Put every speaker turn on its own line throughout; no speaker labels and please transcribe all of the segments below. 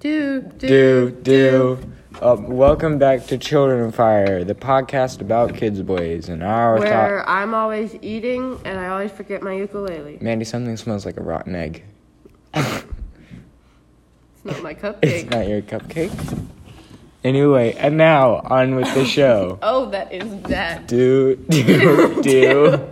Do, do,
do do. Um, welcome back to Children of Fire, the podcast about kids' boys and our
Where
thought.
I'm always eating and I always forget my ukulele.
Mandy, something smells like a rotten egg.
It's not my
It's
cupcake.
not your cupcake. Anyway, and now on with the show.
Oh, that is that.
do do do.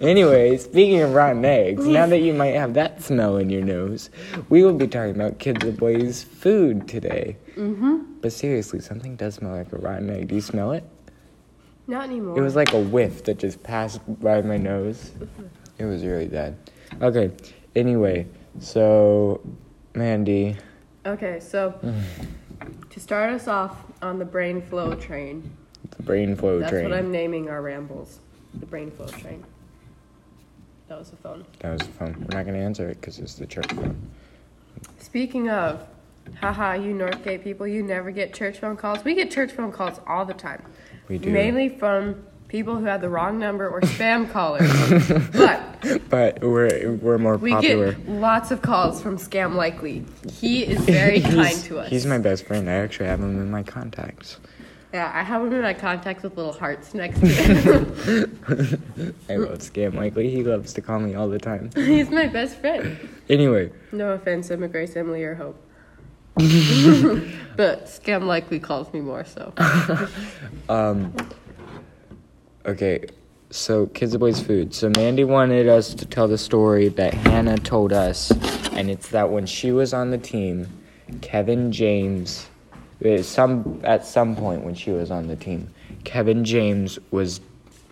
Anyway, speaking of rotten eggs, now that you might have that smell in your nose, we will be talking about kids and boys' food today. Mm-hmm. But seriously, something does smell like a rotten egg. Do you smell it?
Not anymore.
It was like a whiff that just passed by my nose. It was really bad. Okay. Anyway, so Mandy,
okay, so to start us off on the brain flow train,
the brain flow
that's
train.
what I'm naming our rambles. The brain flow train. That was the phone.
That was the phone. We're not gonna answer it because it's the church phone.
Speaking of, haha, you Northgate people, you never get church phone calls. We get church phone calls all the time.
We do.
Mainly from people who have the wrong number or spam callers. but
But we're we're more
we
popular.
get lots of calls from Scam Likely. He is very
He's-
kind to us.
He's my best friend. I actually have him in my contacts.
Yeah, I have him in my contacts with little hearts next to him.
I love Scam Likely. He loves to call me all the time.
He's my best friend.
Anyway,
No offense, Emma Grace, Emily, or Hope. but Scam Likely calls me more, so.
okay. So kids and boys food. So Mandy wanted us to tell the story that Hannah told us, and it's that when she was on the team, Kevin James, eh, some at some point when she was on the team, Kevin James was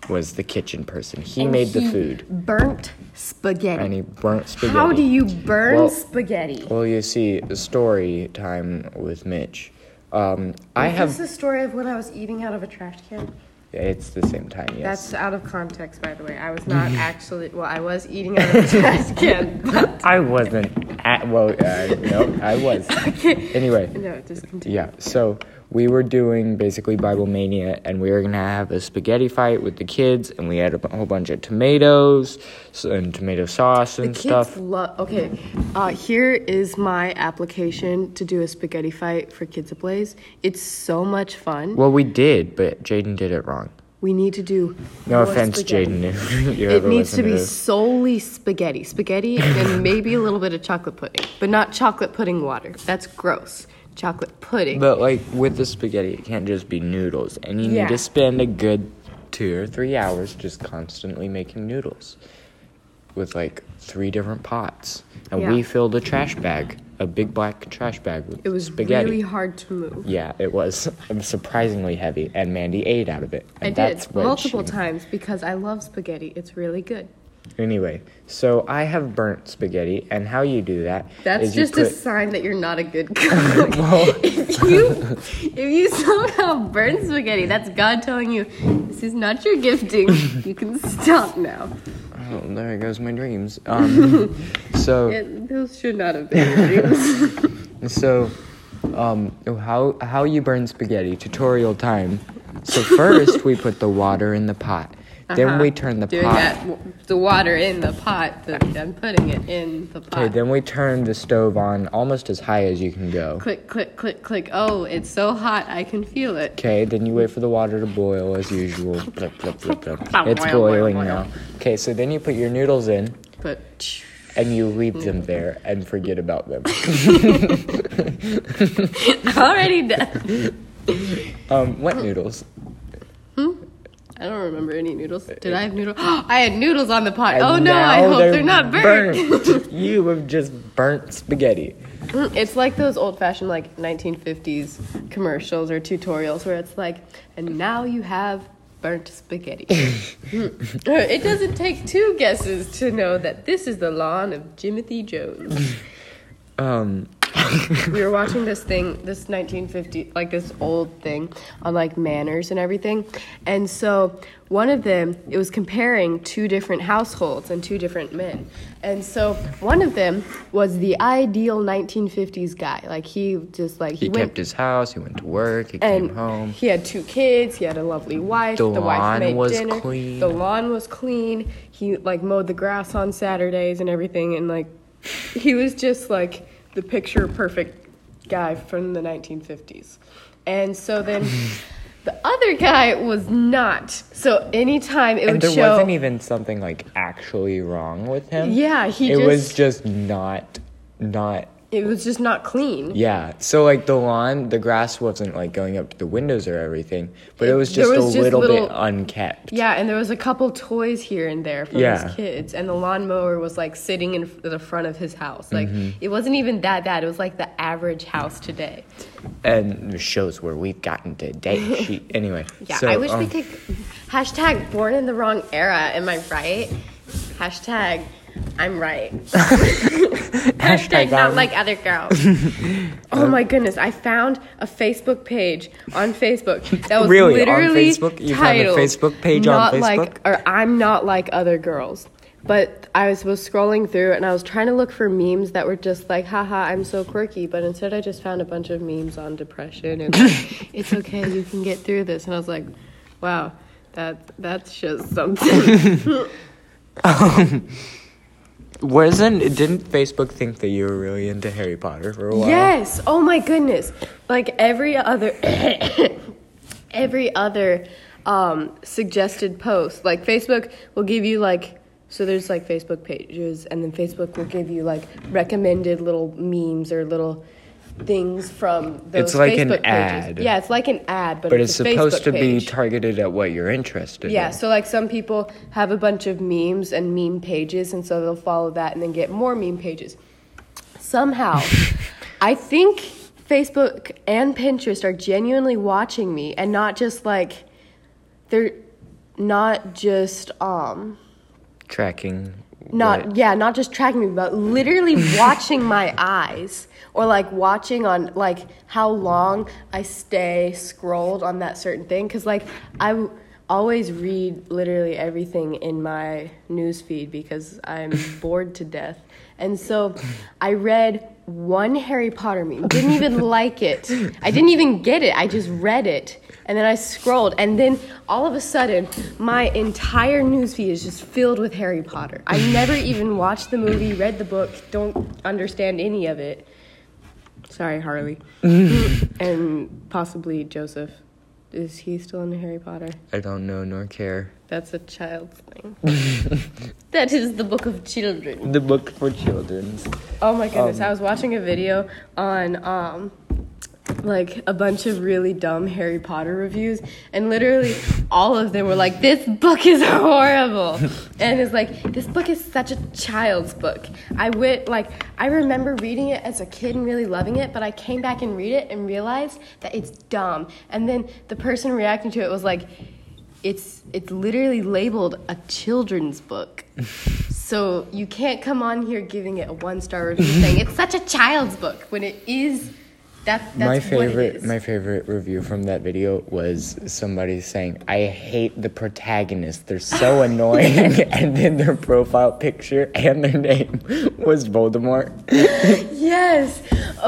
was the kitchen person. He made the food,
Burnt spaghetti.
and he burnt spaghetti.
How do you burn
Well-
spaghetti?
Well, you see, story time with Mitch. Um, I
Is
have.
this the story of when I was eating out of a trash can?
It's the same time, yes.
That's out of context, by the way. I was not actually. Well, I was eating out of a trash can. But
I wasn't at. Well, uh, no, I was. Anyway,
no, just continue.
yeah. So we were doing basically Bible Mania, and we were gonna have a spaghetti fight with the kids, and we had a whole bunch of tomatoes so, and tomato sauce and
Kids
stuff.
love. Okay, uh, here is my application to do a spaghetti fight for Kids Ablaze. It's so much fun.
Well, we did, but Jaden did it wrong.
We need to do.
No
more
offense,
spaghetti.
Jaden. if you
It
ever
needs to
listen
be
this.
solely spaghetti. Spaghetti and maybe a little bit of chocolate pudding, but not chocolate pudding water. That's gross. Chocolate pudding.
But like with the spaghetti, it can't just be noodles, and you
Yeah.
need to spend a good two or three hours just constantly making noodles with like three different pots. And
Yeah.
we filled a trash bag, a big black trash bag with
it was
spaghetti.
really hard to move.
yeah, it was surprisingly heavy, and Mandy ate out of it. And
I
that's
did
what
multiple
she-
times because I love spaghetti. It's really good.
Anyway, so I have burnt spaghetti, and how you do that?
That's
is you
just a
put-
sign that you're not a good cook. if you if you somehow burn spaghetti, that's God telling you this is not your gifting. you can stop now.
Oh, there goes my dreams. Um, so
It, those should not have been. your dreams.
So, um, how how you burn spaghetti? Tutorial time. So first we put the water in the pot. Then
Uh-huh.
we turn the
Doing
pot.
that, w- the water in the pot. The, I'm putting it in the pot.
Okay, then we turn the stove on almost as high as you can go.
click, click, click, click. Oh, it's so hot. I can feel it.
Okay, then you wait for the water to boil as usual. Blip, blip, blip, blip. It's boiling now. Okay, so then you put your noodles in
But
and you leave them there and forget about them.
already done.
Um, wet noodles.
Hmm? I don't remember any noodles. Did I have noodles? I had noodles on the pot. oh
And
no, I
now
hope they're, not burnt.
burnt. you have just burnt spaghetti.
Mm, It's like those old fashioned like 1950s commercials or tutorials where it's like, and now you have burnt spaghetti. Mm. Uh, it doesn't take two guesses to know that this is the lawn of Jimothy Jones.
Um,
We were watching this thing, this 1950, like this old thing on like manners and everything. And so one of them, it was comparing two different households and two different men. And so one of them was the ideal 1950s guy. Like he just like
He kept his house. He went to work. He
and
came home.
he had two kids. He had a lovely wife.
The
The, wife
lawn
made
was
dinner.
clean.
The lawn was clean. He like mowed the grass on Saturdays and everything. And like, he was just like the picture perfect guy from the 1950s. And so then the other guy was not. So anytime it
And
would
there
show.
wasn't e- even something like actually wrong with him.
Yeah, he
It was
just-
just not, not.
it was just not clean.
Yeah. So like the lawn, the grass wasn't like going up to the windows or everything, but it was
There
just a
was just
little,
little-
bit unkept.
Yeah, and there was a couple toys here and there from
Yeah.
his kids, and the lawnmower was like sitting in f- the front of his house. Like
Mm-hmm.
it wasn't even that bad. It was like the average house today.
And it shows where we've gotten today. She, anyway.
Yeah,
so,
I wish we
um,
could. Hashtag born in the wrong era. Am I right? Hashtag I'm right. Hashtag not
I'm-
like other girls. oh my goodness! I found a Facebook page on Facebook that was
Really? On
literally
Facebook? You found a
titled
Facebook page on
not
Facebook?
Like, or I'm not like other girls. But I was was scrolling through and I was trying to look for memes that were just like, haha, I'm so quirky. But instead, I just found a bunch of memes on depression and like, it's okay, you can get through this. And I was like, wow, that that's just something.
Wasn't didn't Facebook think that you were really into Harry Potter for a while?
Yes. Oh my goodness. Like every other every other um suggested post. Like Facebook will give you like so there's like Facebook pages and then Facebook will give you like recommended little memes or little things from those
It's like an
Facebook
ad.
pages. Yeah, it's like an ad, but,
But it's
a
supposed
Facebook
to be
page.
targeted at what you're interested
Yeah,
in.
so like some people have a bunch of memes and meme pages, and so they'll follow that and then get more meme pages. Somehow, I think Facebook and Pinterest are genuinely watching me and not just like they're not just um
Tracking.
not
what-
yeah not just tracking me but literally watching my eyes or like watching on like how long i stay scrolled on that certain thing because like i w- always read literally everything in my news feed because i'm bored to death and so i read one harry potter meme didn't even like it i didn't even get it i just read it and then i scrolled and then all of a sudden my entire news feed is just filled with harry potter i never even watched the movie read the book don't understand any of it sorry harley and possibly joseph is he still in harry potter
I don't know nor care.
that's a child's thing that is the book of children
The book for children.
Oh my goodness, I was watching a video on um like a bunch of really dumb Harry Potter reviews and literally all of them were like this book is horrible and it's like this book is such a child's book. I went like I remember reading it as a kid and really loving it, but I came back and read it and realized that it's dumb. And then the person reacting to it was like it's it's literally labeled a children's book. So you can't come on here giving it a one star review saying it's such a child's book when it is that that's
my
what it
favorite
is.
my favorite review from that video was somebody saying i hate the protagonist they're so annoying and then their profile picture and their name was voldemort
yes.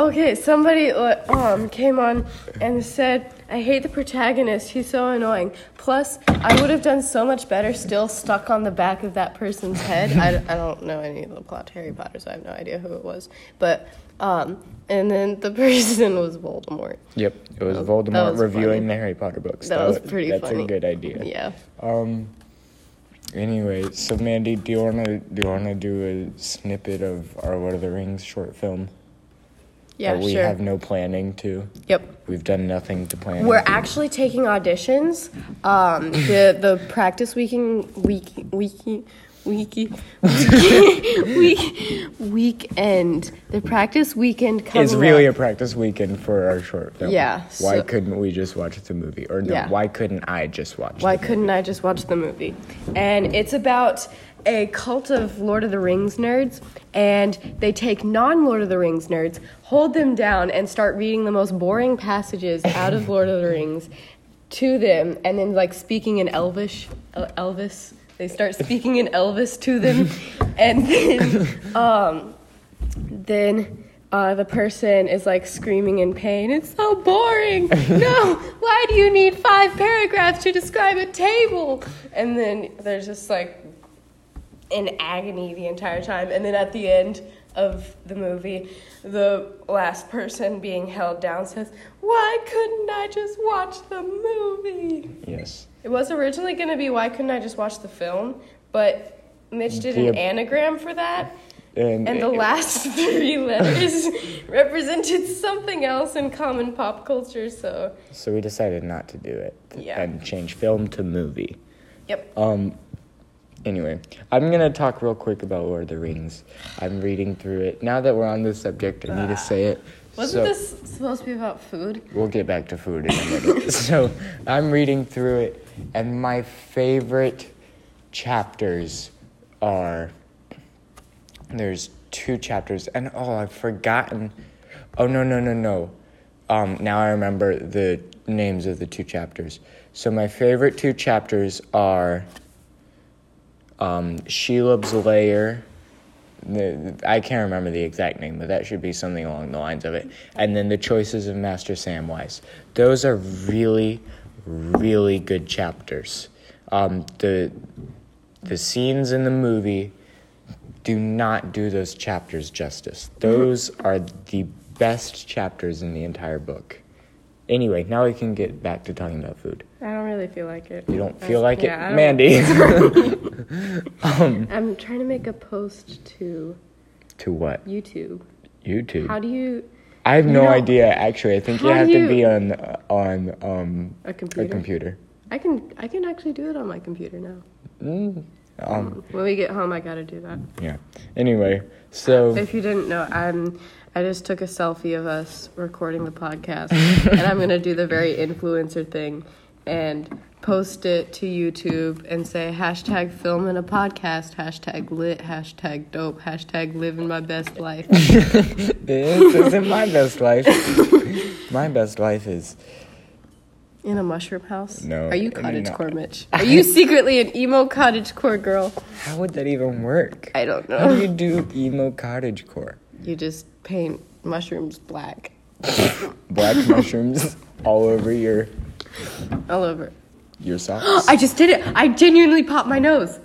Okay, somebody uh, um came on and said I hate the protagonist. He's so annoying. Plus, I would have done so much better still stuck on the back of that person's head. I, I don't know any of the plot to Harry Potter, so I have no idea who it was. But um and then the person was Voldemort.
yep it was
Oh, That
voldemort
was
reviewing
funny.
the harry potter books
That was pretty
Oh, that's
funny.
a good idea
Yeah.
um anyway so mandy do you want to do you want to do a snippet of our lord of the rings short film
Yeah,
But we
sure.
have no planning to
Yep.
we've done nothing to plan
We're
to.
actually taking auditions. Um, the the practice weeking week week week week weekend. The practice weekend coming
It's really a
up.
practice weekend for our short film.
Yeah,
Why
so-
couldn't we just watch the movie? Or no,
Yeah.
why couldn't I just watch
Why
the
couldn't I just watch the movie? And it's about a cult of Lord of the Rings nerds, and they take non Lord of the Rings nerds, hold them down, and start reading the most boring passages out of Lord of the Rings to them, and then like speaking in Elvish, El- Elvis. They start speaking in Elvis to them, and then then uh, the person is like screaming in pain. It's so boring. No, why do you need five paragraphs to describe a table? And then there's just like in agony the entire time. And then at the end, of the movie, the last person being held down says, Why couldn't I just watch the movie?
Yes.
It was originally going to be Why Couldn't I Just Watch the Film? But Mitch did an
Yeah.
anagram for that.
And,
And the last three letters represented something else in common pop culture, so
so we decided not to do it
Yeah.
and change film to movie.
yep.
Um. Anyway, I'm gonna talk real quick about Lord of the Rings. I'm reading through it now that we're on this subject. I need to say it.
Ah. Wasn't
So-
this supposed to be about food?
We'll get back to food in a minute. so I'm reading through it, and my favorite chapters are there's two chapters, and oh, I've forgotten. Oh no no no no. Um, now I remember the names of the two chapters. So my favorite two chapters are um, Shelob's layer. The, I can't remember the exact name, but that should be something along the lines of it. And then the choices of Master Samwise. Those are really, really good chapters. Um, the the scenes in the movie do not do those chapters justice. Those are the best chapters in the entire book. Anyway, now we can get back to talking about food.
I don't really feel like it.
You don't feel like
Yeah, I
it,
don't-
Mandy?
I'm trying to make a post to
to what?
YouTube.
YouTube.
How do you
I have no
know-
idea. Actually, I think you
How do
have
you-
to be on uh, on um
a computer?
a computer.
I can I can actually do it on my computer now.
Um,
When we get home, I gotta do that.
yeah. Anyway, so
If you didn't know, I'm I just took a selfie of us recording the podcast, and I'm gonna do the very influencer thing and post it to YouTube and say hashtag film in a podcast, hashtag lit, hashtag dope, hashtag living my best life.
this isn't my best life. my best life is
In a mushroom house?
No,
Are you
I mean,
cottage
no.
core Mitch? Are you secretly an emo cottage core girl?
how would that even work?
I don't
How do
know.
you do emo cottage core?
You just paint mushrooms black
Black mushrooms all over your
all over.
your socks.
I just did it. I genuinely popped my nose.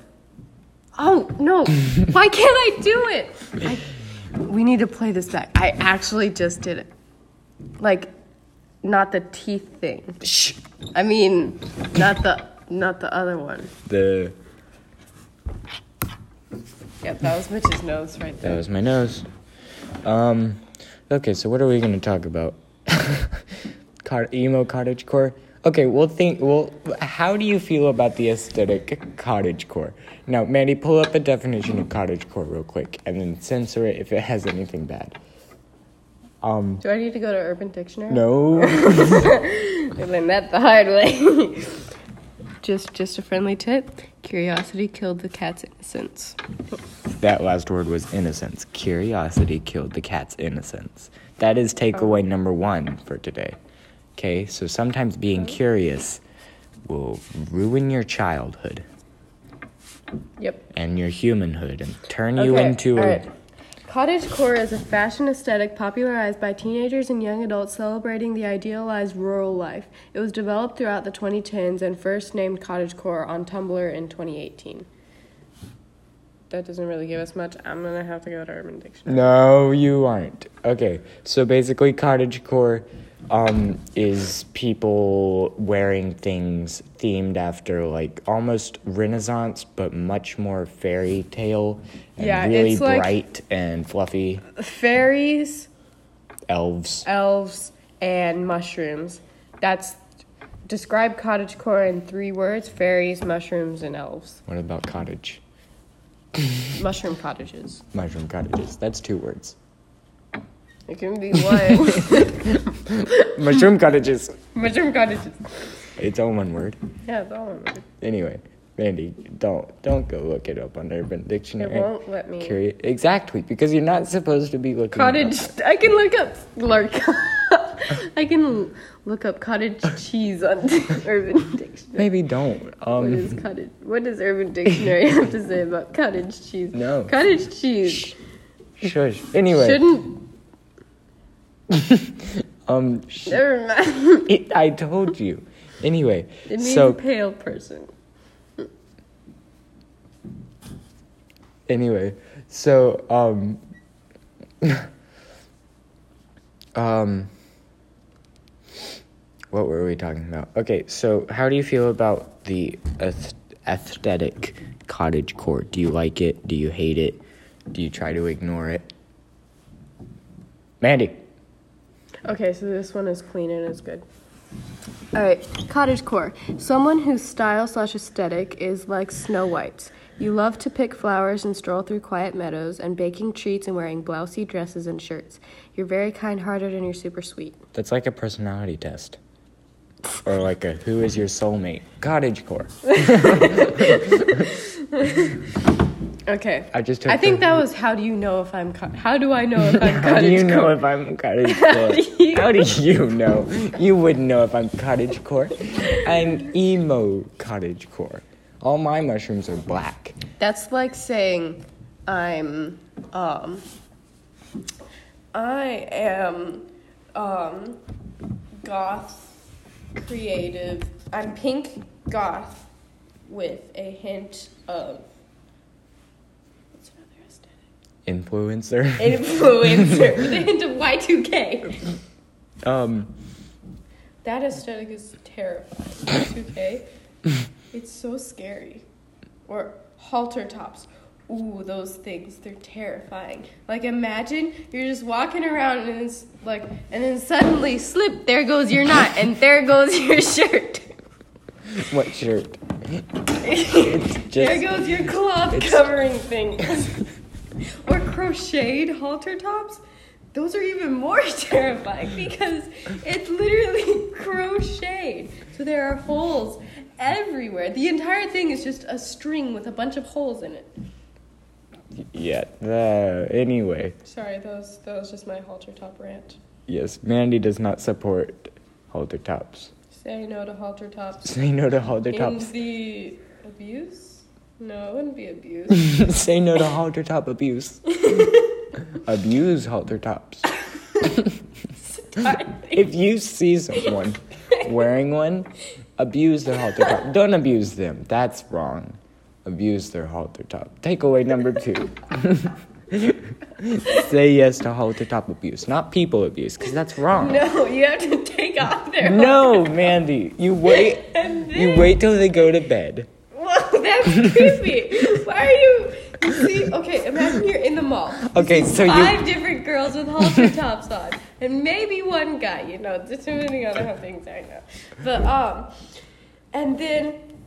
Oh no! Why can't I do it? I, we need to play this back. I actually just did it. Like, not the teeth thing.
Shh.
I mean, not the not the other one.
The
Yep, that was Mitch's nose right
that
there.
was my nose. Um, okay. So what are we gonna talk about? Cot- emo cottage core. Okay, we'll think. Well, how do you feel about the aesthetic cottage core? Now, Mandy, pull up a definition of cottage core real quick, and then censor it if it has anything bad. Um,
Do I need to go to Urban Dictionary?
no.
I learned that the hard way. just, just a friendly tip. Curiosity killed the cat's innocence.
That last word was innocence. Curiosity killed the cat's innocence. That is takeaway number one for today. Okay, so sometimes being curious will ruin your childhood
Yep.
and your humanhood and turn you
Okay,
into a.
all right. Cottage core is a fashion aesthetic popularized by teenagers and young adults celebrating the idealized rural life. It was developed throughout the 2010s and first named cottage core on Tumblr in 2018. That doesn't really give us much. I'm gonna have to go to Urban Dictionary.
No, you aren't. Okay, so basically, cottagecore um, is people wearing things themed after like almost Renaissance, but much more fairy tale and
Yeah,
really
it's like-
bright and fluffy
Fairies,
elves.
elves, and mushrooms. That's describe cottage core in three words: fairies, mushrooms, and elves.
What about cottage?
Mushroom cottages.
Mushroom cottages. That's two words.
It can be one.
Mushroom cottages.
mushroom cottages.
It's all one word.
Yeah, that one.
Anyway, Mandy, don't don't go look it up on Urban
It
Dictionary.
won't let me.
Curi- exactly, because you're not supposed to be looking. it up.
Cottage. I can look up lark. I can look up cottage cheese on Urban Dictionary.
Maybe don't.
What
Um,
is cottage? What does Urban Dictionary have to say about cottage cheese?
No.
Cottage cheese
shush. Anyway,
shouldn't.
um, sh-
Never mind.
it, I told you. Anyway,
It means
so
pale person.
anyway, so um, Um, what were we talking about? Okay, so how do you feel about the ath- aesthetic cottage court? Do you like it? Do you hate it? Do you try to ignore it? Mandy.
Okay, so this one is clean and it's good. All right, cottage core. Someone whose style slash aesthetic is like Snow White's. You love to pick flowers and stroll through quiet meadows and baking treats and wearing blousy dresses and shirts. You're very kind-hearted and you're super sweet.
That's like a personality test. Or like a who is your soulmate? Cottage core.
Okay.
I just took
I think
the-
that was how do you know if I'm co- how do I know if I'm
How do you
cottage
know
core?
if I'm cottage core?
do you-
How do you know? You wouldn't know if I'm cottage core. I'm emo cottage core. All my mushrooms are black.
That's like saying I'm um I am um goth creative. I'm pink goth with a hint of what's another aesthetic?
Influencer.
Influencer with a hint of Y2K.
Um,
That aesthetic is terrifying. Y2K. It's so scary. Or halter tops. Ooh, those things, they're terrifying. Like imagine you're just walking around and it's like and then suddenly slip, there goes your knot, and there goes your shirt.
what shirt?
there
Just
goes your cloth covering thing. or crocheted halter tops. Those are even more terrifying because it's literally crocheted. So there are holes everywhere. The entire thing is just a string with a bunch of holes in it.
yeah. the- anyway,
Sorry, that was, that was just my halter top rant.
yes, Mandy does not support halter tops.
Say no to halter tops.
Say no to halter
In
tops.
the abuse? No, it wouldn't be abuse.
Say no to halter top abuse. Abuse halter tops. if you see someone wearing one, abuse their halter top. Don't abuse them. That's wrong. Abuse their halter top. Takeaway number two. Say yes to halter top abuse, not people abuse, because that's wrong.
no, you have to take off their
No, Mandy, you wait. You wait till they go to bed.
Whoa, that's creepy. Why are you? you see, okay, imagine you're in the mall.
Okay, so you
Five different girls with halter tops on, and maybe one guy. You know, depending on how things are now. But um, and then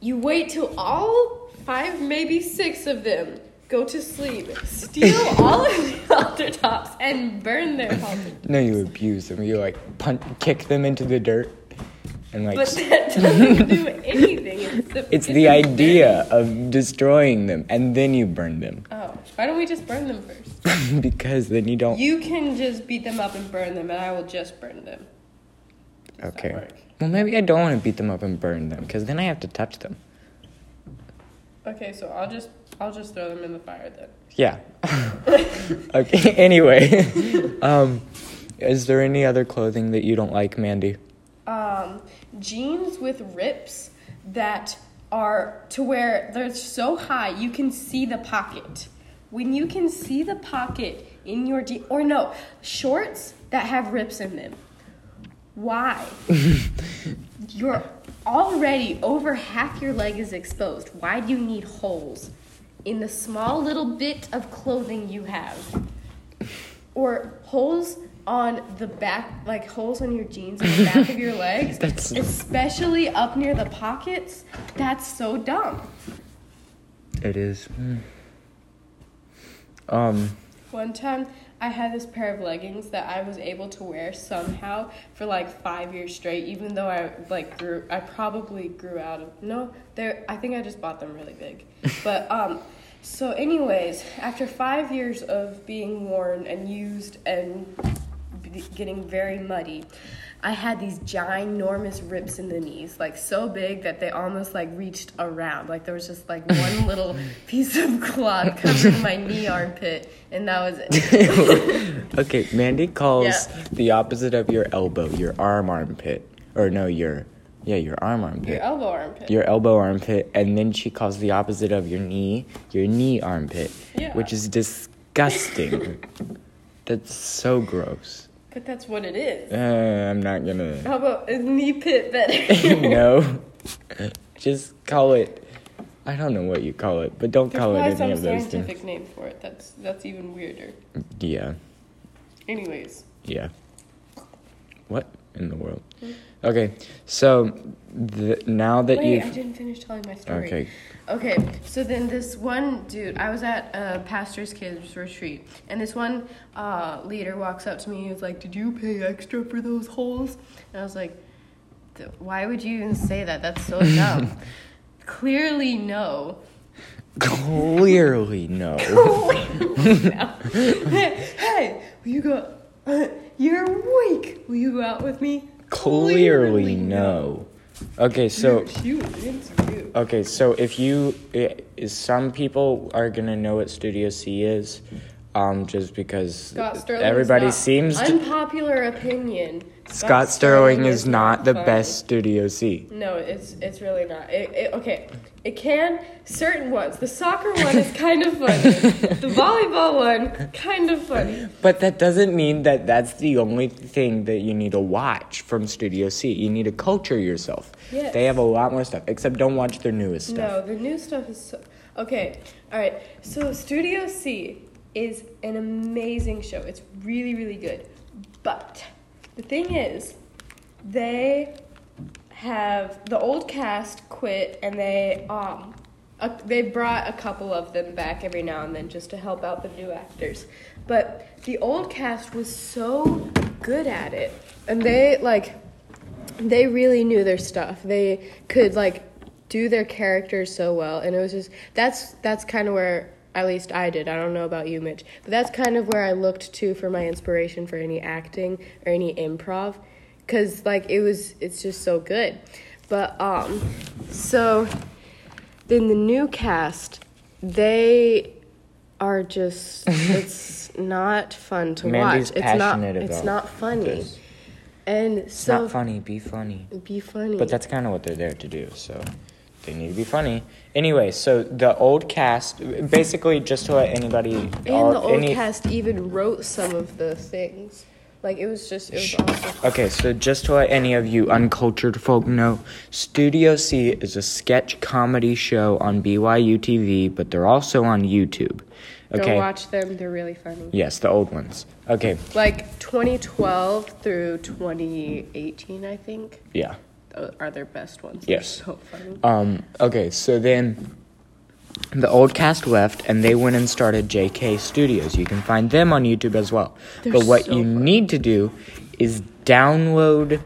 you wait till all five, maybe six of them go to sleep, steal all of the halter tops, and burn their halter.
no, you abuse them. You like punch, kick them into the dirt, and like
But that doesn't do anything. except
It's
get
the
them
idea of destroying them and then you burn them.
dirty. Oh, why don't we just burn them first?
because then you don't.
You can just beat them up and burn them, and I will just burn them. Does that
Okay.
work?
Well, maybe I don't want to beat them up and burn them because then I have to touch them.
Okay, so I'll just I'll just throw them in the fire then.
Yeah. okay, anyway. um, is there any other clothing that you don't like, Mandy?
Um, jeans with rips that are to where they're so high you can see the pocket. When you can see the pocket in your jeans, or no, shorts that have rips in them. Why? You're already over half your leg is exposed. Why do you need holes in the small little bit of clothing you have? Or holes on the back, like holes on your jeans, on the back of your legs,
That's-
especially up near the pockets. That's so dumb.
It is. mm. Um,
One time, I had this pair of leggings that I was able to wear somehow for like five years straight, even though I like grew. I probably grew out of no. They're. I think I just bought them really big, but um. So, anyways, after five years of being worn and used and b- getting very muddy, I had these ginormous rips in the knees, like so big that they almost like reached around. Like there was just like one little piece of cloth covering my knee armpit, and that was it.
okay, Mandy calls
Yeah.
the opposite of your elbow, your arm armpit. Or no, your. Yeah, your arm armpit.
Your elbow armpit.
your elbow armpit, and then she calls the opposite of your knee your knee armpit,
Yeah.
which is disgusting. disgusting. That's so gross.
But that's what it is.
Uh, I'm not gonna.
How about a knee pit better?
no. Just call it. I don't know what you call it, but don't call it
There's probably some
any of those things.
scientific name for it. That's that's even weirder.
Yeah.
Anyways,
Yeah. What in the world?
Hmm?
Okay, so th- now that
wait, I
you've.
didn't finish telling my story.
Okay,
Okay, so then this one dude, I was at a pastor's kids retreat, and this one uh, leader walks up to me. He was like, "Did you pay extra for those holes?" And I was like, "Th- "Why would you even say that? That's so dumb." Clearly, no.
clearly no.
hey, hey, will you go? uh, you're weak. Will you go out with me?
clearly no. Okay, so.
Cute, into you.
Okay, so if you, i- is- some people are gonna know what Studio C is, um, just because
Scott Sterling.
everybody
is not-
seems. to-
unpopular opinion.
Scott Sterling is not the
funny.
best Studio C.
No, it's it's really not. It, it, okay, it can certain ones. The soccer one is kind of funny. the volleyball one kind of funny.
But that doesn't mean that that's the only thing that you need to watch from Studio C. You need to culture yourself.
Yes.
They have a lot more stuff, except don't watch their newest stuff.
No, the new stuff is so, okay. All right, so Studio C is an amazing show. It's really really good, but the thing is, they have the old cast quit and they um a, they brought a couple of them back every now and then just to help out the new actors but the old cast was so good at it and they like they really knew their stuff they could like do their characters so well and it was just that's that's kind of where at least I did. I don't know about you, Mitch, but that's kind of where I looked to for my inspiration for any acting or any improv because like it was it's just so good but um so then the new cast they are just it's not fun to
Mandy's
watch it's not
passionate
it's
about
not funny
this.
and
It's
so
not funny. Be funny.
be funny
But that's kind of what they're there to do, so they need to be funny. Anyway, so the old cast, basically, just to let anybody,
and the old cast even wrote some of the things like it was just it was awesome
Okay, so just to let any of you uncultured folk know, Studio C is a sketch comedy show on BYU TV, but they're also on YouTube.
go
Okay.
watch them they're really funny
Yes, the old ones. Okay,
like 2012 through 2018 i think
yeah.
uh, are their best ones
Yes.
They're so funny
Um, okay, so then the old cast left and they went and started JK Studios. You can find them on YouTube as well.
They're
but what
so
you
funny.
need to do is download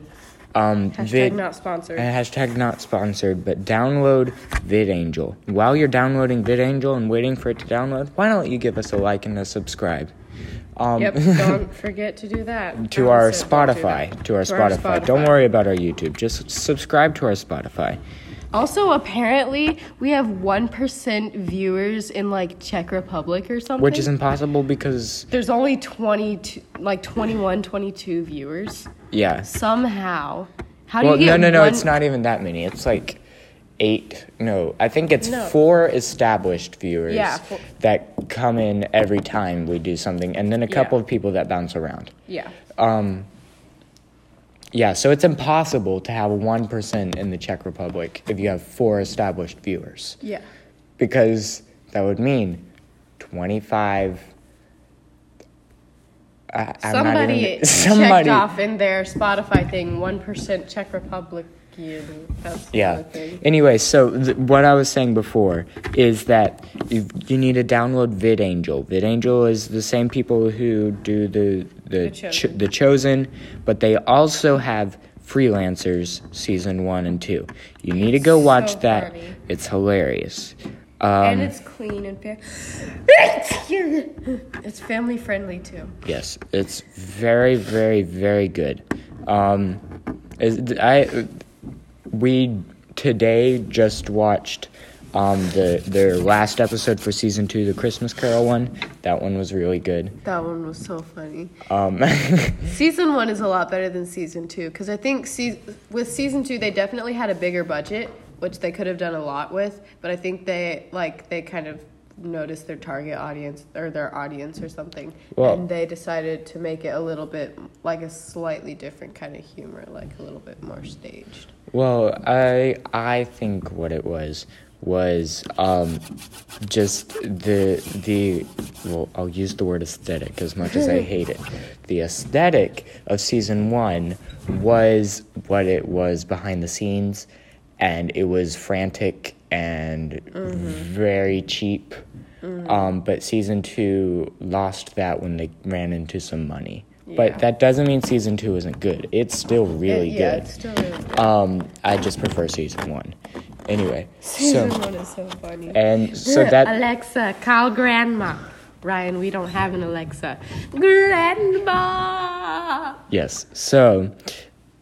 um,
hashtag
vid-
not sponsored
Uh, hashtag not sponsored, but download VidAngel. While you're downloading VidAngel and waiting for it to download, why don't you give us a like and a subscribe? Um,
Yep, don't forget to do that.
to our
Promise it, don't do
Spotify,
that.
to our Spotify. Don't
Spotify.
worry about our YouTube. Just subscribe to our Spotify.
Also, apparently, we have 1% viewers in like Czech Republic or something.
Which is impossible because
There's only 22, like 21, 22 viewers.
yeah.
Somehow. How do
Well,
you
no,
get
no, no.
one-
It's not even that many. It's like eight. No, I think it's
No.
four established viewers
Yeah, four-
that come in every time we do something, and then a couple of people that bounce around.
Yeah.
Um, Yeah, so it's impossible to have one percent in the Czech Republic if you have four established viewers,
Yeah.
because that would mean twenty-five. I, I'm not
Somebody,
even- somebody.
checked off in their Spotify thing 1% Czech Republic. That's the
Yeah.
other thing.
Anyway, so th- what I was saying before is that you, you need to download VidAngel. VidAngel is the same people who do the the
The
cho-
Chosen.
the chosen, but they also have freelancers season 1 and 2. You need to go
So
watch that.
funny.
It's hilarious. Uh, Um,
and it's clean and fair. it's family friendly too.
Yes, it's very, very, very good. Um, is, I we today just watched um, the their last episode for season two, the Christmas Carol one. That one was really good.
That one was so funny.
Um,
Season one is a lot better than season two because I think se- with season two they definitely had a bigger budget, which they could have done a lot with. But I think they like they kind of noticed their target audience or their audience or something,
Well-
and they decided to make it a little bit like a slightly different kind of humor, like a little bit more staged.
Well, I I think what it was was um just the the well I'll use the word aesthetic as much as I hate it. The aesthetic of season 1 was what it was behind the scenes and it was frantic and
Mm-hmm.
very cheap. Um but season 2 lost that when they ran into some money.
Yeah.
But that doesn't mean season 2 isn't good. It's still really
It- yeah,
good.
it's still really good.
Um, I just prefer season one. Anyway,
Season
so
one is so funny.
and so that
Alexa, call grandma. Ryan, we don't have an Alexa. Grandma.
yes, so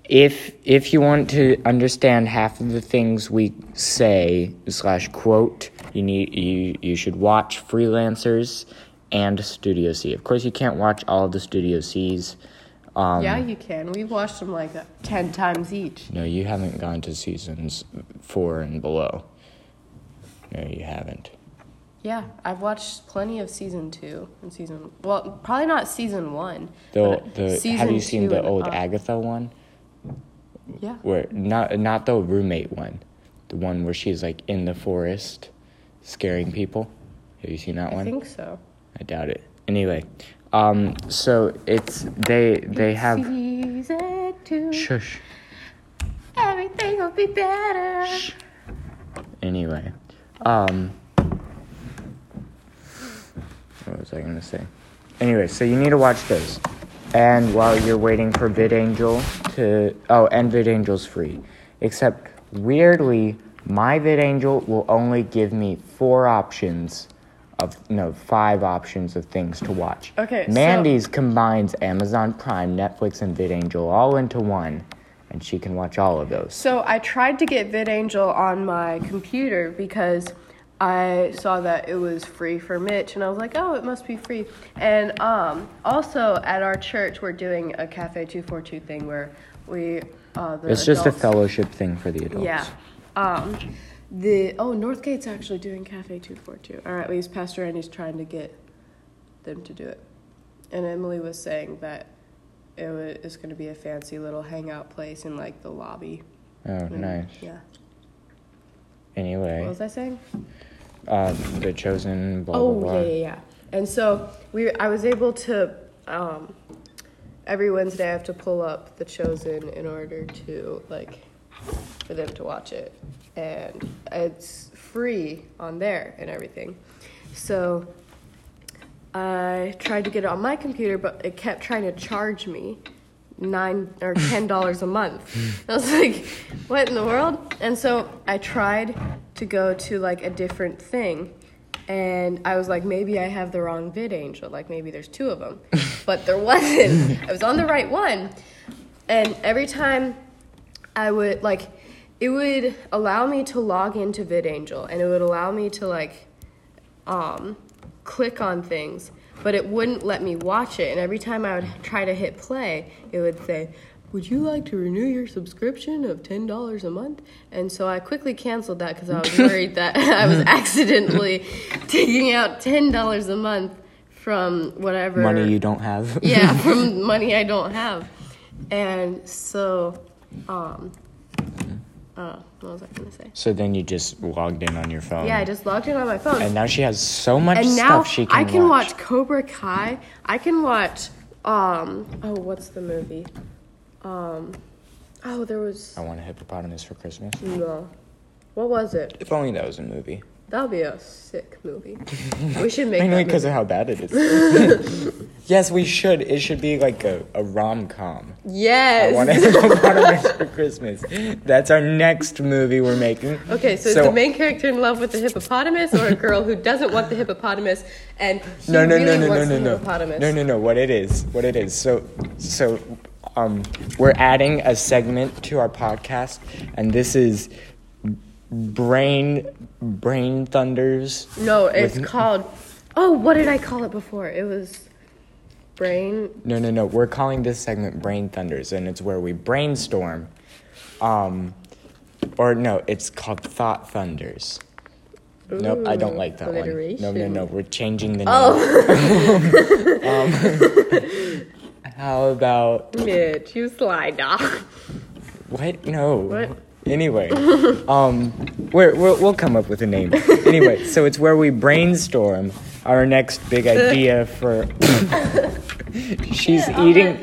if if you want to understand half of the things we say slash quote, you need you you should watch Freelancers and Studio C. Of course, you can't watch all of the Studio C's. Um,
Yeah, you can. We've watched them like ten times each.
No, you haven't gone to seasons four and below. No, you haven't.
Yeah, I've watched plenty of season two and season. Well, probably not season one.
The,
but
the, have
season
you seen
two
the
and
old
up.
Agatha one?
Yeah.
where not not the roommate one, the one where she's like in the forest, scaring people. Have you seen that
I
one?
think so.
I doubt it. Anyway, um, so it's they they have
Season two.
shush.
Everything will be better.
Anyway, um, what was I gonna say? Anyway, so you need to watch those. And while you're waiting for VidAngel to, oh, and VidAngel's free. Except weirdly, my VidAngel will only give me four options of no five options of things to watch.
Okay, so-
Mandy's combines Amazon Prime, Netflix, and VidAngel all into one, and she can watch all of those.
So I tried to get VidAngel on my computer because I saw that it was free for Mitch, and I was like, "Oh, it must be free." And um, also at our church, we're doing a Cafe Two Four Two thing where we uh, the
It's just a
adults-
fellowship thing for the adults.
Yeah. Um, the oh Northgate's actually doing Cafe Two Four Two, or at least Pastor Andy's trying to get them to do it. And Emily was saying that it wa- is going to be a fancy little hangout place in like the lobby.
Oh,
And-
nice.
Mm-hmm. Yeah. What
Anyway,
was I saying?
um, the chosen blah
oh
blah blah.
yeah, yeah, yeah. And so we, I was able to. Um, every Wednesday, I have to pull up the chosen in order to like for them to watch it, and it's free on there and everything. So I tried to get it on my computer, but it kept trying to charge me nine or ten dollars a month. I was like, what in the world? And so I tried to go to like a different thing. And I was like, maybe I have the wrong vid angel. Like, maybe there's two of them. But there wasn't. I was on the right one. And every time I would, like, it would allow me to log into VidAngel and it would allow me to, like, um, click on things, but it wouldn't let me watch it. And every time I would try to hit play, it would say, Would you like to renew your subscription of $10 a month? And so I quickly canceled that because I was worried that I was accidentally taking out $10 a month from whatever
Money you don't have.
yeah, from money I don't have. And so, um, uh, what was I gonna say?
So then you just logged in on your phone.
Yeah, I just logged in on my phone,
and
and,
now she has so much
now
stuff she can
I can watch. Cobra Kai. I can watch. Um, oh, what's the movie? Um, oh, there was
I want a hippopotamus for Christmas.
no. What was it?
If only that was a movie.
That would be a sick movie. We should make
Mainly
that
because
movie.
of how bad it is. yes, we should. It should be like a, a rom com. I
Yes.
want a hippopotamus for Christmas. That's our next movie we're making.
Okay, so, is the main character in love with the hippopotamus or a girl who doesn't want the hippopotamus and he
no, no,
really
no, no,
wants
no, no,
the
no,
hippopotamus?
no, no, no. What it is, what it is. So, so, um, we're adding a segment to our podcast, and this is brain, brain thunders.
No, it's
With-
called. Oh, what did I call it before? It was brain.
No, no, no. We're calling this segment brain thunders, and it's where we brainstorm. Um, or no, it's called thought thunders. Nope, I don't like that one. No, no,
alliteration.
no. We're changing the name.
Oh,
How about
Mitch, you sly dog.
what? No.
What?
Anyway, um, we're, we're, we'll come up with a name. Anyway, so it's where we brainstorm our next big idea for. she's eating.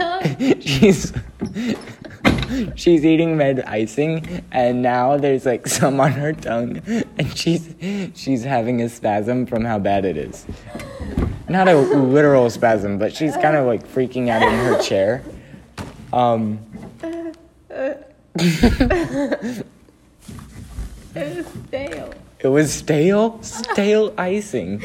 she's. She's eating red icing, and now there's like some on her tongue, and she's she's having a spasm from how bad it is. Not a literal spasm, but she's kind of like freaking out in her chair. Um,
It was stale.
it was stale, stale icing.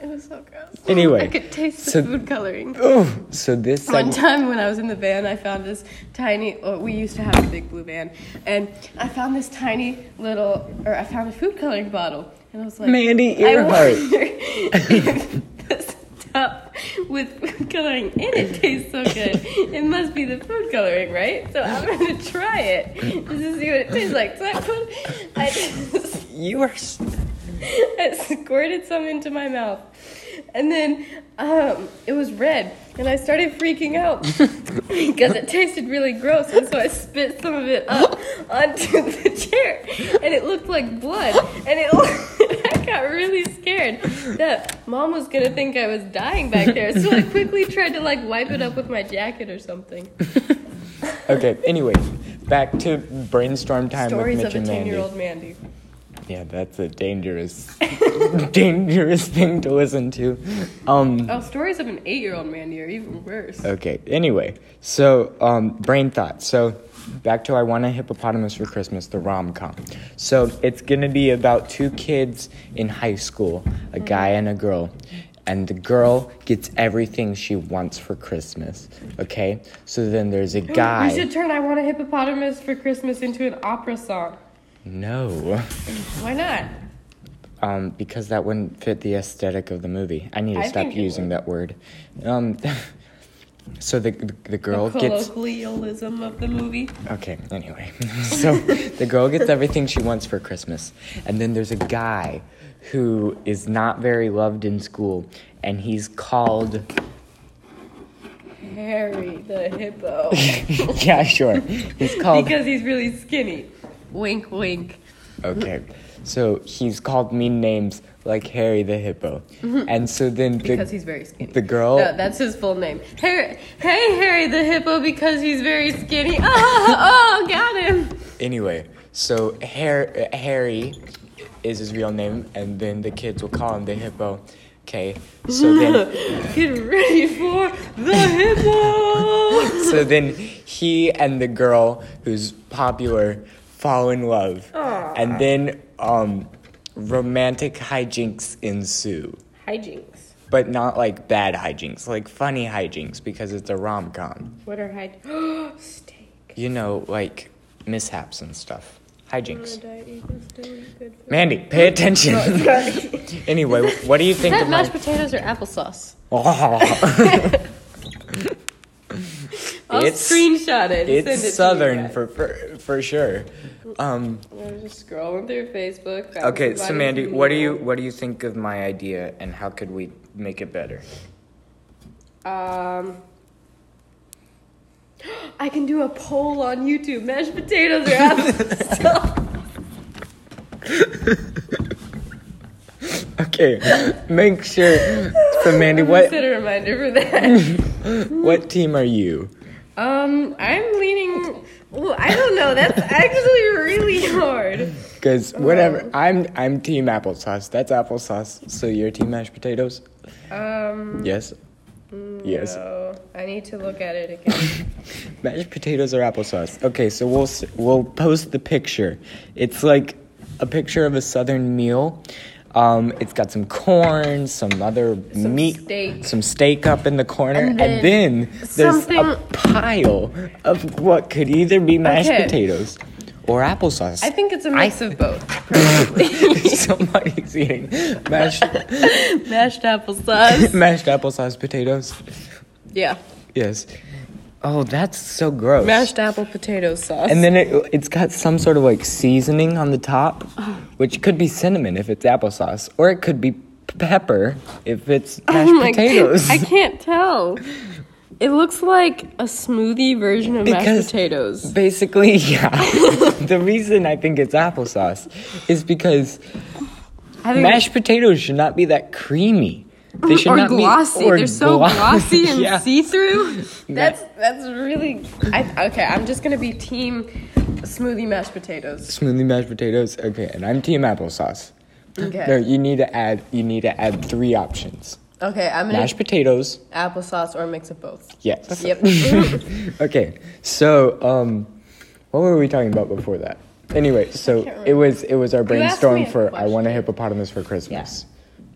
It was so gross.
Anyway,
I could taste the
so-
food coloring.
Oh, so this
One
seg-
time when I was in the van, I found this tiny. Oh, we used to have a big blue van, and I found this tiny little, or I found a food coloring bottle, and I was like,
Mandy
I
Earhart.
wonder if this stuff with food coloring in it tastes so good. It must be the food coloring, right? So I'm gonna try it just to see what it tastes like. So I put, I just,
You are. s-
I squirted some into my mouth, and then um, it was red, and I started freaking out because it tasted really gross, and so I spit some of it up onto the chair, and it looked like blood, and it. I got really scared that mom was gonna think I was dying back there, so I quickly tried to like wipe it up with my jacket or something.
Okay. Anyway, back to brainstorm time
Stories
with
of
Mitch
a
and Mandy.
ten-year-old Mandy.
Yeah, that's a dangerous, dangerous thing to listen to. Um.
Oh, stories of an eight-year-old Mandy are even worse.
Okay. Anyway, so um, brain thought. So back to I want a hippopotamus for Christmas, the rom com. So it's gonna be about two kids in high school, a guy and a girl. And the girl gets everything she wants for Christmas. Okay? So then there's a guy.
We should turn I Want a Hippopotamus for Christmas into an opera song.
No.
Why not?
Um, because that wouldn't fit the aesthetic of the movie. I need to
I
stop
think it
using
would.
that word. Um, so the, the, the girl gets.
Colloquialism of the movie.
Okay, anyway. so the girl gets everything she wants for Christmas. And then there's a guy who is not very loved in school, and he's called.
Harry the Hippo.
yeah, sure. He's called.
because he's really skinny. Wink, wink.
Okay. So he's called mean names like Harry the Hippo. And so then the,
Mm-hmm. Because he's very skinny.
the girl.
No, that's his full name. Harry, hey, Harry the Hippo, because he's very skinny. Oh, oh, got him.
Anyway, so Har- uh, Harry is his real name, and then the kids will call him the hippo. Okay, so then,
Get ready for the Hippo.
so then he and the girl who's popular fall in love, and then um, romantic hijinks ensue.
Hijinks.
But not like bad hijinks, like funny hijinks, because it's a rom com.
What are hijinks? Steak.
You know, like mishaps and stuff. Hijinks.
Oh, I eat good
Mandy, pay attention. anyway, what do you think
Is that
of my
mashed potatoes or applesauce? I'll
It's-
screenshot it. and send it to
it's
you
southern
guys.
for, for for sure. Um,
I was just scrolling through Facebook. found
okay, so
somebody's
Mandy, what do you
meal.
what do you think of my idea, and how could we make it better?
Um, I can do a poll on YouTube: mashed potatoes or applesauce.
Okay, make sure. So Mandy, what
Set a reminder for that.
what team are you?
Um, I'm leaning. Well, I don't know. That's actually really hard.
Because whatever, I'm I'm team applesauce. That's applesauce. So you're team mashed potatoes.
Um,
Yes, Yes.
no. I need to look at it again.
mashed potatoes or applesauce. Okay, so we'll s- we'll post the picture. It's like a picture of a southern meal. Um, it's got some corn, some other
Some
meat,
steak.
some steak up in the corner, and
And
then, there's a
something-
pile of what could either be mashed
Okay.
potatoes or applesauce.
I think it's a mix of both.
Somebody's eating mashed
Mashed applesauce.
mashed applesauce potatoes.
Yeah.
Yes. Oh, that's so gross.
Mashed apple potato sauce.
and then it, it's got some sort of like seasoning on the top,
Oh.
which could be cinnamon if it's applesauce, or it could be pepper if it's mashed potatoes.
Oh I can't tell. It looks like a smoothie version of
Because-
mashed potatoes.
Basically, yeah. the reason I think it's applesauce is because
I think
mashed potatoes should not be that creamy. They should
or
not
glossy.
be or
They're so
glo-
glossy and
Yeah.
see-through.
That-
That's that's really I, okay. I'm just gonna be team smoothie mashed potatoes.
Smoothly mashed potatoes. Okay, and I'm team applesauce.
Okay.
No, you need to add. You need to add three options:
Okay, I'm gonna
mashed potatoes.
applesauce or a mix of both.
Yes.
Yep.
okay. So, um, what were we talking about before that? Anyway, so
can't
it was it was our
asked
brainstorm
me a
for I want a
question.
hippopotamus for Christmas.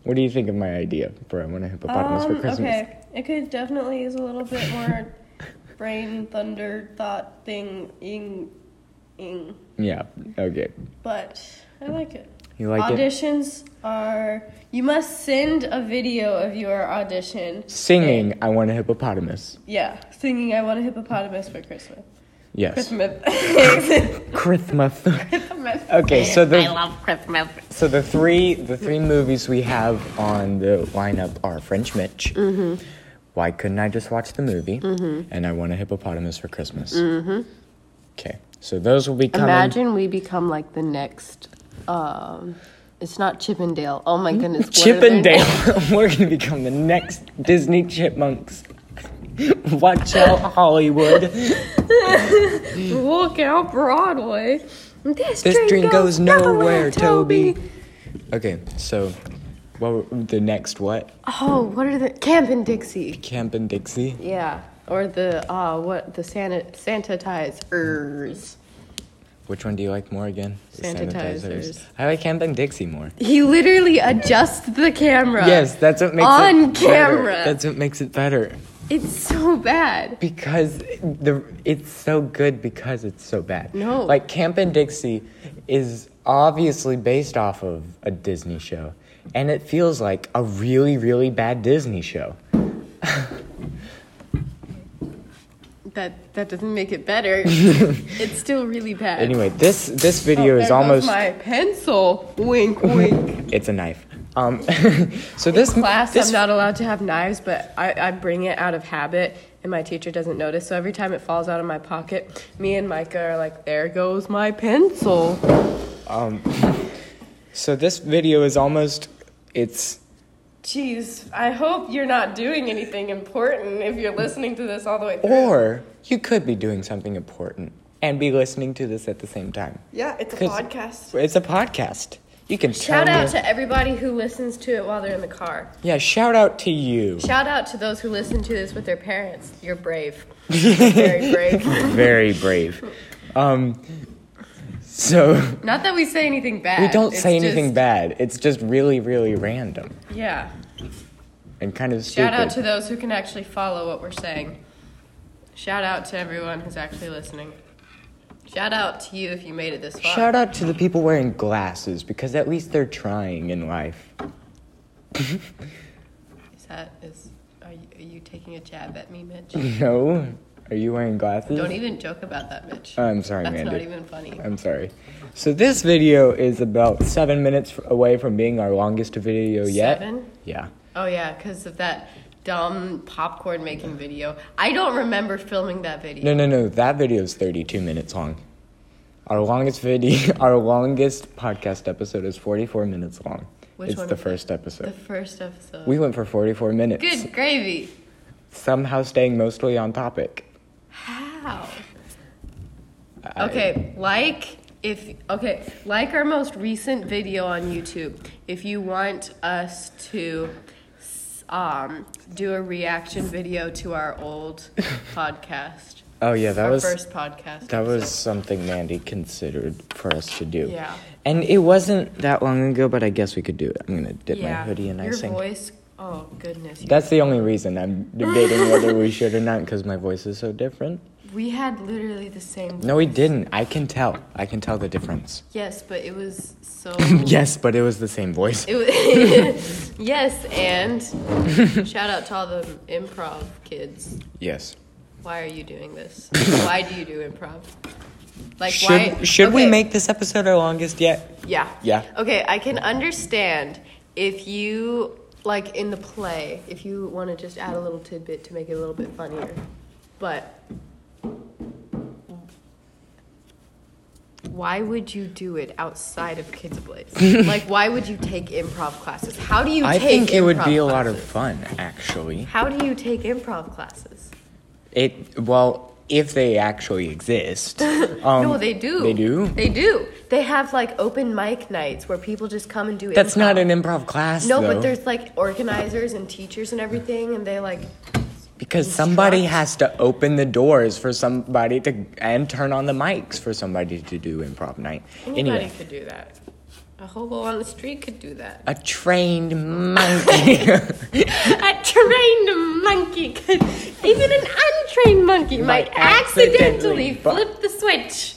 What do you think of my idea for I want a hippopotamus
Um,
for Christmas?
Okay, it could definitely use a little bit more brain thunder thought thing ing ing,
Yeah. Okay.
but I like it.
You like it?
Auditions are you must send a video of your audition.
Singing I want a hippopotamus.
Yeah, singing "I Want a Hippopotamus for Christmas."
Yes.
Christmas.
Christmas. okay. So the So the three the three movies we have on the lineup are French Mitch. Mm-hmm. Why couldn't I just watch the movie? Mm-hmm. And I want a hippopotamus for Christmas. Mm-hmm. Okay, so those will be coming.
Imagine we become like the next. Um, it's not Chippendale. Oh
Hmm?
my goodness. what are their
Chippendale. We're gonna become the next Disney Chipmunks. Watch out, Hollywood.
Walk out Broadway. This,
This dream goes nowhere, Toby.
Toby.
Okay, so well, the next what?
Oh, what are the Camp and Dixie?
Camp and Dixie.
Yeah, or the uh, what the Santa sanitizers.
Which one do you like more again? The
Sanitizers.
I like Camp and Dixie more.
He literally adjusts the camera.
Yes, that's what makes
On
it better.
camera.
That's what makes it better
it's so bad.
because the it's so good because it's so bad.
No.
like Camp and Dixie is obviously based off of a Disney show, and it feels like a really really bad Disney show.
That that doesn't make it better. it's still really bad.
Anyway, this this video
Oh, There
is
goes
almost
my pencil. Wink, wink.
it's a knife. Um, so this
Class,
this
I'm not allowed to have knives, but I, I bring it out of habit, and my teacher doesn't notice. So every time it falls out of my pocket, me and Micah are like, "There goes my pencil."
so this video is almost it's
Jeez, I hope you're not doing anything important if you're listening to this all the way
Oh,
through.
or you could be doing something important and be listening to this at the same time.
yeah, it's a
'Cause-
podcast.
It's a podcast. You can
Shout
tell
out
me-
to everybody who listens to it while they're in the car.
yeah. Shout out to you.
Shout out to those who listen to this with their parents. You're brave. You're very brave.
Very brave. Um, so
Not that we say anything bad.
we don't
it's
say anything
just-
bad. It's just really, really random
Yeah.
and kind of stupid.
Shout out to those who can actually follow what we're saying. Shout out to everyone who's actually listening. Shout out to you if you made it this far.
Shout out to the people wearing glasses because at least they're trying in life.
Is that is are you, are you taking a jab at me, Mitch?
No, are you wearing glasses?
Don't even joke about that, Mitch.
I'm sorry,
That's
Mandy.
not even funny.
I'm sorry. So this video is about seven minutes f- away from being our longest video yet.
Seven?
Yeah.
Oh yeah, because of that dumb popcorn making video. I don't remember filming that video.
No, no, no. That video is 32 minutes long. Our longest video, our longest podcast episode is 44 minutes long.
Which
it's
one
the
was
first
The
episode.
first episode.
We went for 44 minutes.
Good gravy.
Somehow staying mostly on topic.
How? Okay, like if okay, like our most recent video on YouTube. If you want us to s- um, do a reaction video to our old podcast,
Oh yeah, that
our
was
first podcast.
that was something Mandy considered for us to do.
Yeah.
And it wasn't that long ago, but I guess we could do it. I'm gonna dip my
yeah.
hoodie in
Your
icing.
voice. Oh goodness.
That's the only reason I'm debating whether we should or not because my voice is so different.
we had literally the same.
No, we didn't. I can tell. I can tell the difference.
Yes, but it was so.
Yes, but it was the same voice.
It was, yes, and shout out to all the improv kids.
Yes.
Why are you doing this? why do you do improv? Like
should
why
should we
okay,
make this episode our longest yet?
Yeah.
Yeah.
Okay, I can understand if you like in the play, if you want to just add a little tidbit to make it a little bit funnier. But why would you do it outside of Kids Ablaze? like why would you take improv classes? How do you
I
take
think it would
improv
be a lot of
classes?
fun, actually.
How do you take improv classes?
It well, if they actually exist. Um,
no, they do.
They do.
They do. They have like open mic nights where people just come and do.
That's
improv.
not an improv class.
No,
though,
but there's like organizers and teachers and everything, and they like.
because somebody
instruct-
has to open the doors for somebody to and turn on the mics for somebody to do improv night.
Anybody
Anyway,
could do that. A hobo on the street could do that.
a trained monkey.
A trained monkey could, even an untrained monkey might,
Might
accidentally,
accidentally bu-
flip the switch.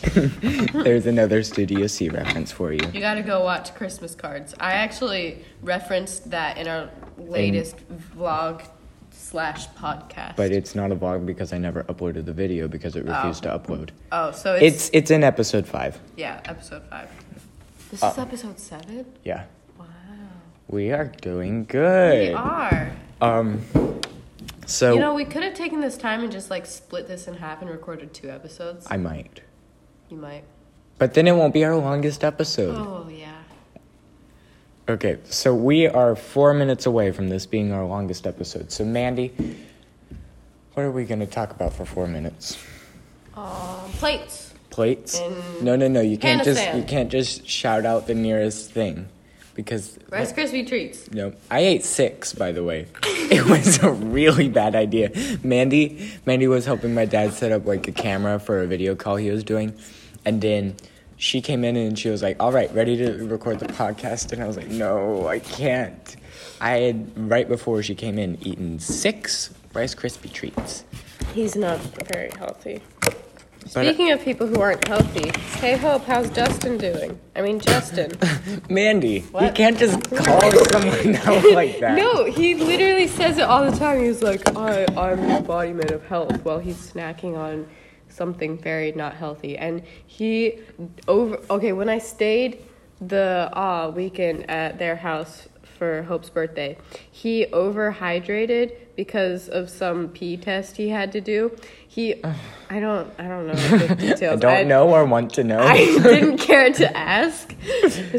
there's another Studio C reference for you.
You gotta go watch Christmas cards. I actually referenced that in our latest vlog slash podcast.
But it's not a vlog because I never uploaded the video because it refused to upload.
oh, so it's,
It's it's in episode five.
yeah, episode five. This
Uh,
is episode seven.
Yeah.
Wow,
We are doing good.
we are.
Um so
You know, we could have taken this time and just like split this in half and recorded two episodes.
I might.
You might.
But then it won't be our longest episode.
Oh yeah.
Okay, so we are four minutes away from this being our longest episode. So Mandy, what are we gonna talk about for four minutes?
Um, plates.
Plates?
Mm.
No no no, you can't
Hannah
just
San.
you can't just shout out the nearest thing. Because
Rice Krispie treats.
No, I ate six, by the way. It was a really bad idea. Mandy, Mandy was helping my dad set up like a camera for a video call he was doing, and then she came in and she was like, "All right, ready to record the podcast?" And I was like, "No, I can't." I had right before she came in eaten six Rice Krispie treats.
He's not very healthy.
But- uh,
Speaking of people who aren't healthy, hey Hope, how's Justin doing? I mean Justin.
Mandy, you
What?
can't just call someone out like that.
no, he literally says it all the time. He's like, I, I'm an embodiment of health while he's snacking on something very not healthy. And he over okay, when I stayed the uh, weekend at their house for Hope's birthday, he overhydrated because of some pee test he had to do. He I don't I don't know the details.
I don't know or want to know.
I didn't care to ask.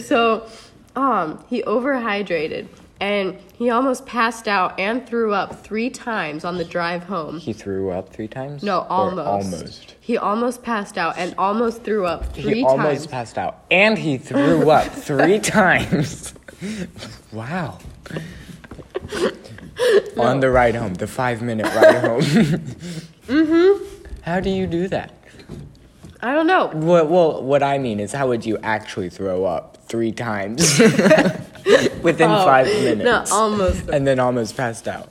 So, um, he overhydrated and he almost passed out and threw up three times on the drive home.
he threw up three times.
No,
Or
almost.
Almost.
He almost passed out and almost threw up three
he
times.
almost passed out and he threw up three times wow on the ride home the five minute ride home mm-hmm
Mm-hmm.
how do you do that
I don't know.
well, well what i mean is how would you actually throw up three times within five
Oh, No,
minutes
almost.
and then almost passed out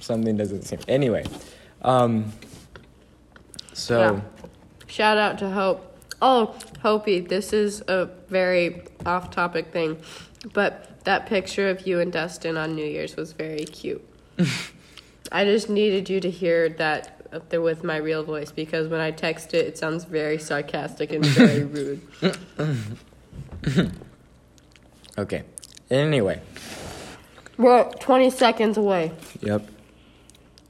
something doesn't seem anyway um so
Yeah. Shout out to Hope. Oh, Hopey, this is a very off topic thing, but that picture of you and Dustin on New Year's was very cute. I just needed you to hear that up there with my real voice because when I text it, it sounds very sarcastic and very rude.
okay anyway
We're 20 seconds away.
Yep.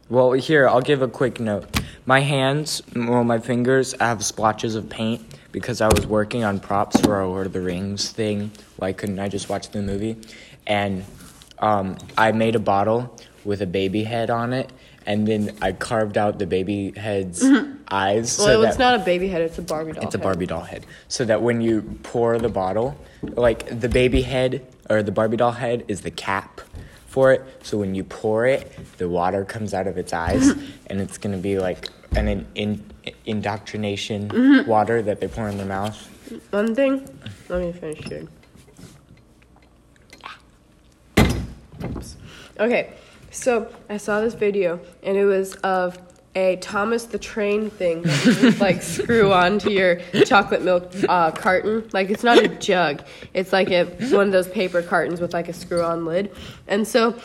Well, here, I'll give a quick note. My hands, well, my fingers have splotches of paint because I was working on props for our Lord of the Rings thing. Why couldn't I just watch the movie? And um, I made a bottle with a baby head on it, and then I carved out the baby head's eyes.
Mm-hmm. Well,
so
it's not
that-
a baby head, it's a Barbie doll.
it's a
head.
Barbie doll head. So that when you pour the bottle, like the baby head or the Barbie doll head is the cap for it. So when you pour it, the water comes out of its eyes, and it's gonna be like an in, in, indoctrination water that they pour in their mouth.
One thing, let me finish here. Oops. Okay, so I saw this video and it was of a Thomas the Train thing that you would, like screw onto your chocolate milk uh, carton. Like it's not a jug, it's like a, one of those paper cartons with like a screw on lid. um, And so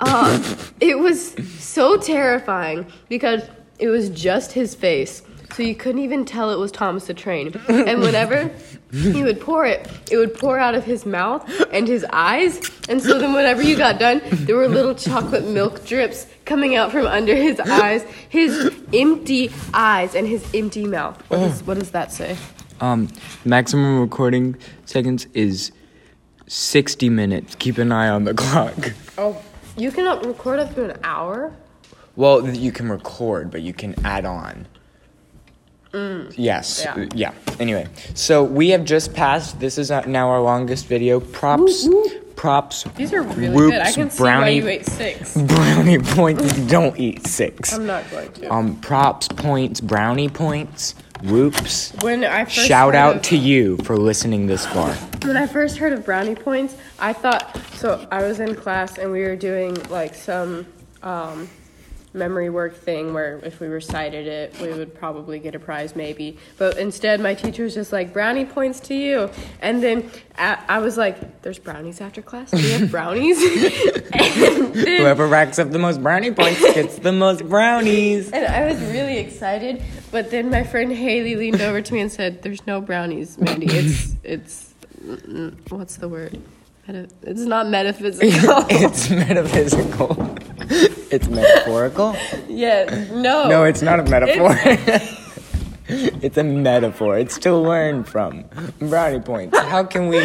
uh, it was so terrifying because it was just his face. So you couldn't even tell it was Thomas the Train. And whenever he would pour it, it would pour out of his mouth and his eyes. And so then whenever you got done, there were little chocolate milk drips coming out from under his eyes, his empty eyes and his empty mouth. What, does- what does that say?
Um, maximum recording seconds is 60 minutes. Keep an eye on the clock.
Oh, you cannot record up to an hour?
Well, th- you can record, but you can add on.
Mm.
Yes. uh,
yeah.
Yeah. Anyway, so we have just passed. This is uh, now our longest video. Props, props.
These are really good. I
Whoops,
can see why
brownie-
you ate six.
Brownie points. Don't eat six.
I'm not going to.
Um, props points. Brownie points. Whoops.
When I first
Shout
heard
out
of-
to you for listening this far.
When I first heard of brownie points, I thought so. I was in class and we were doing like some um, memory work thing where if we recited it, we would probably get a prize, maybe. But instead, my teacher was just like, brownie points to you. And then a- I was like, there's brownies after class? We have brownies? and, then-
Whoever racks up the most brownie points gets the most brownies.
and I was really excited. But then my friend Haley leaned over to me and said, there's no brownies, Mandy. It's, it's, mm, mm, what's the word? Meta- It's not metaphysical.
it's metaphysical. it's metaphorical.
Yeah, no.
No, it's not a metaphor. Oh. it's a metaphor. It's to learn from. Brownie points. How can we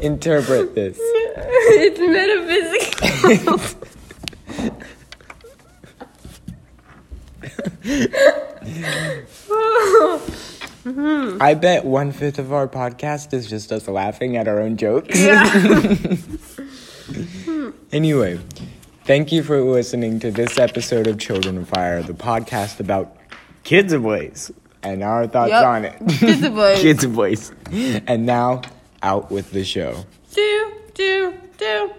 interpret this?
it's metaphysical.
I bet one fifth of our podcast is just us laughing at our own jokes. anyway, thank you for listening to this episode of Children of Fire, the podcast about kids of ways and our thoughts
Yup.
on it.
Kids of Ways.
Kids of ways. And now, out with the show.
do, do, do.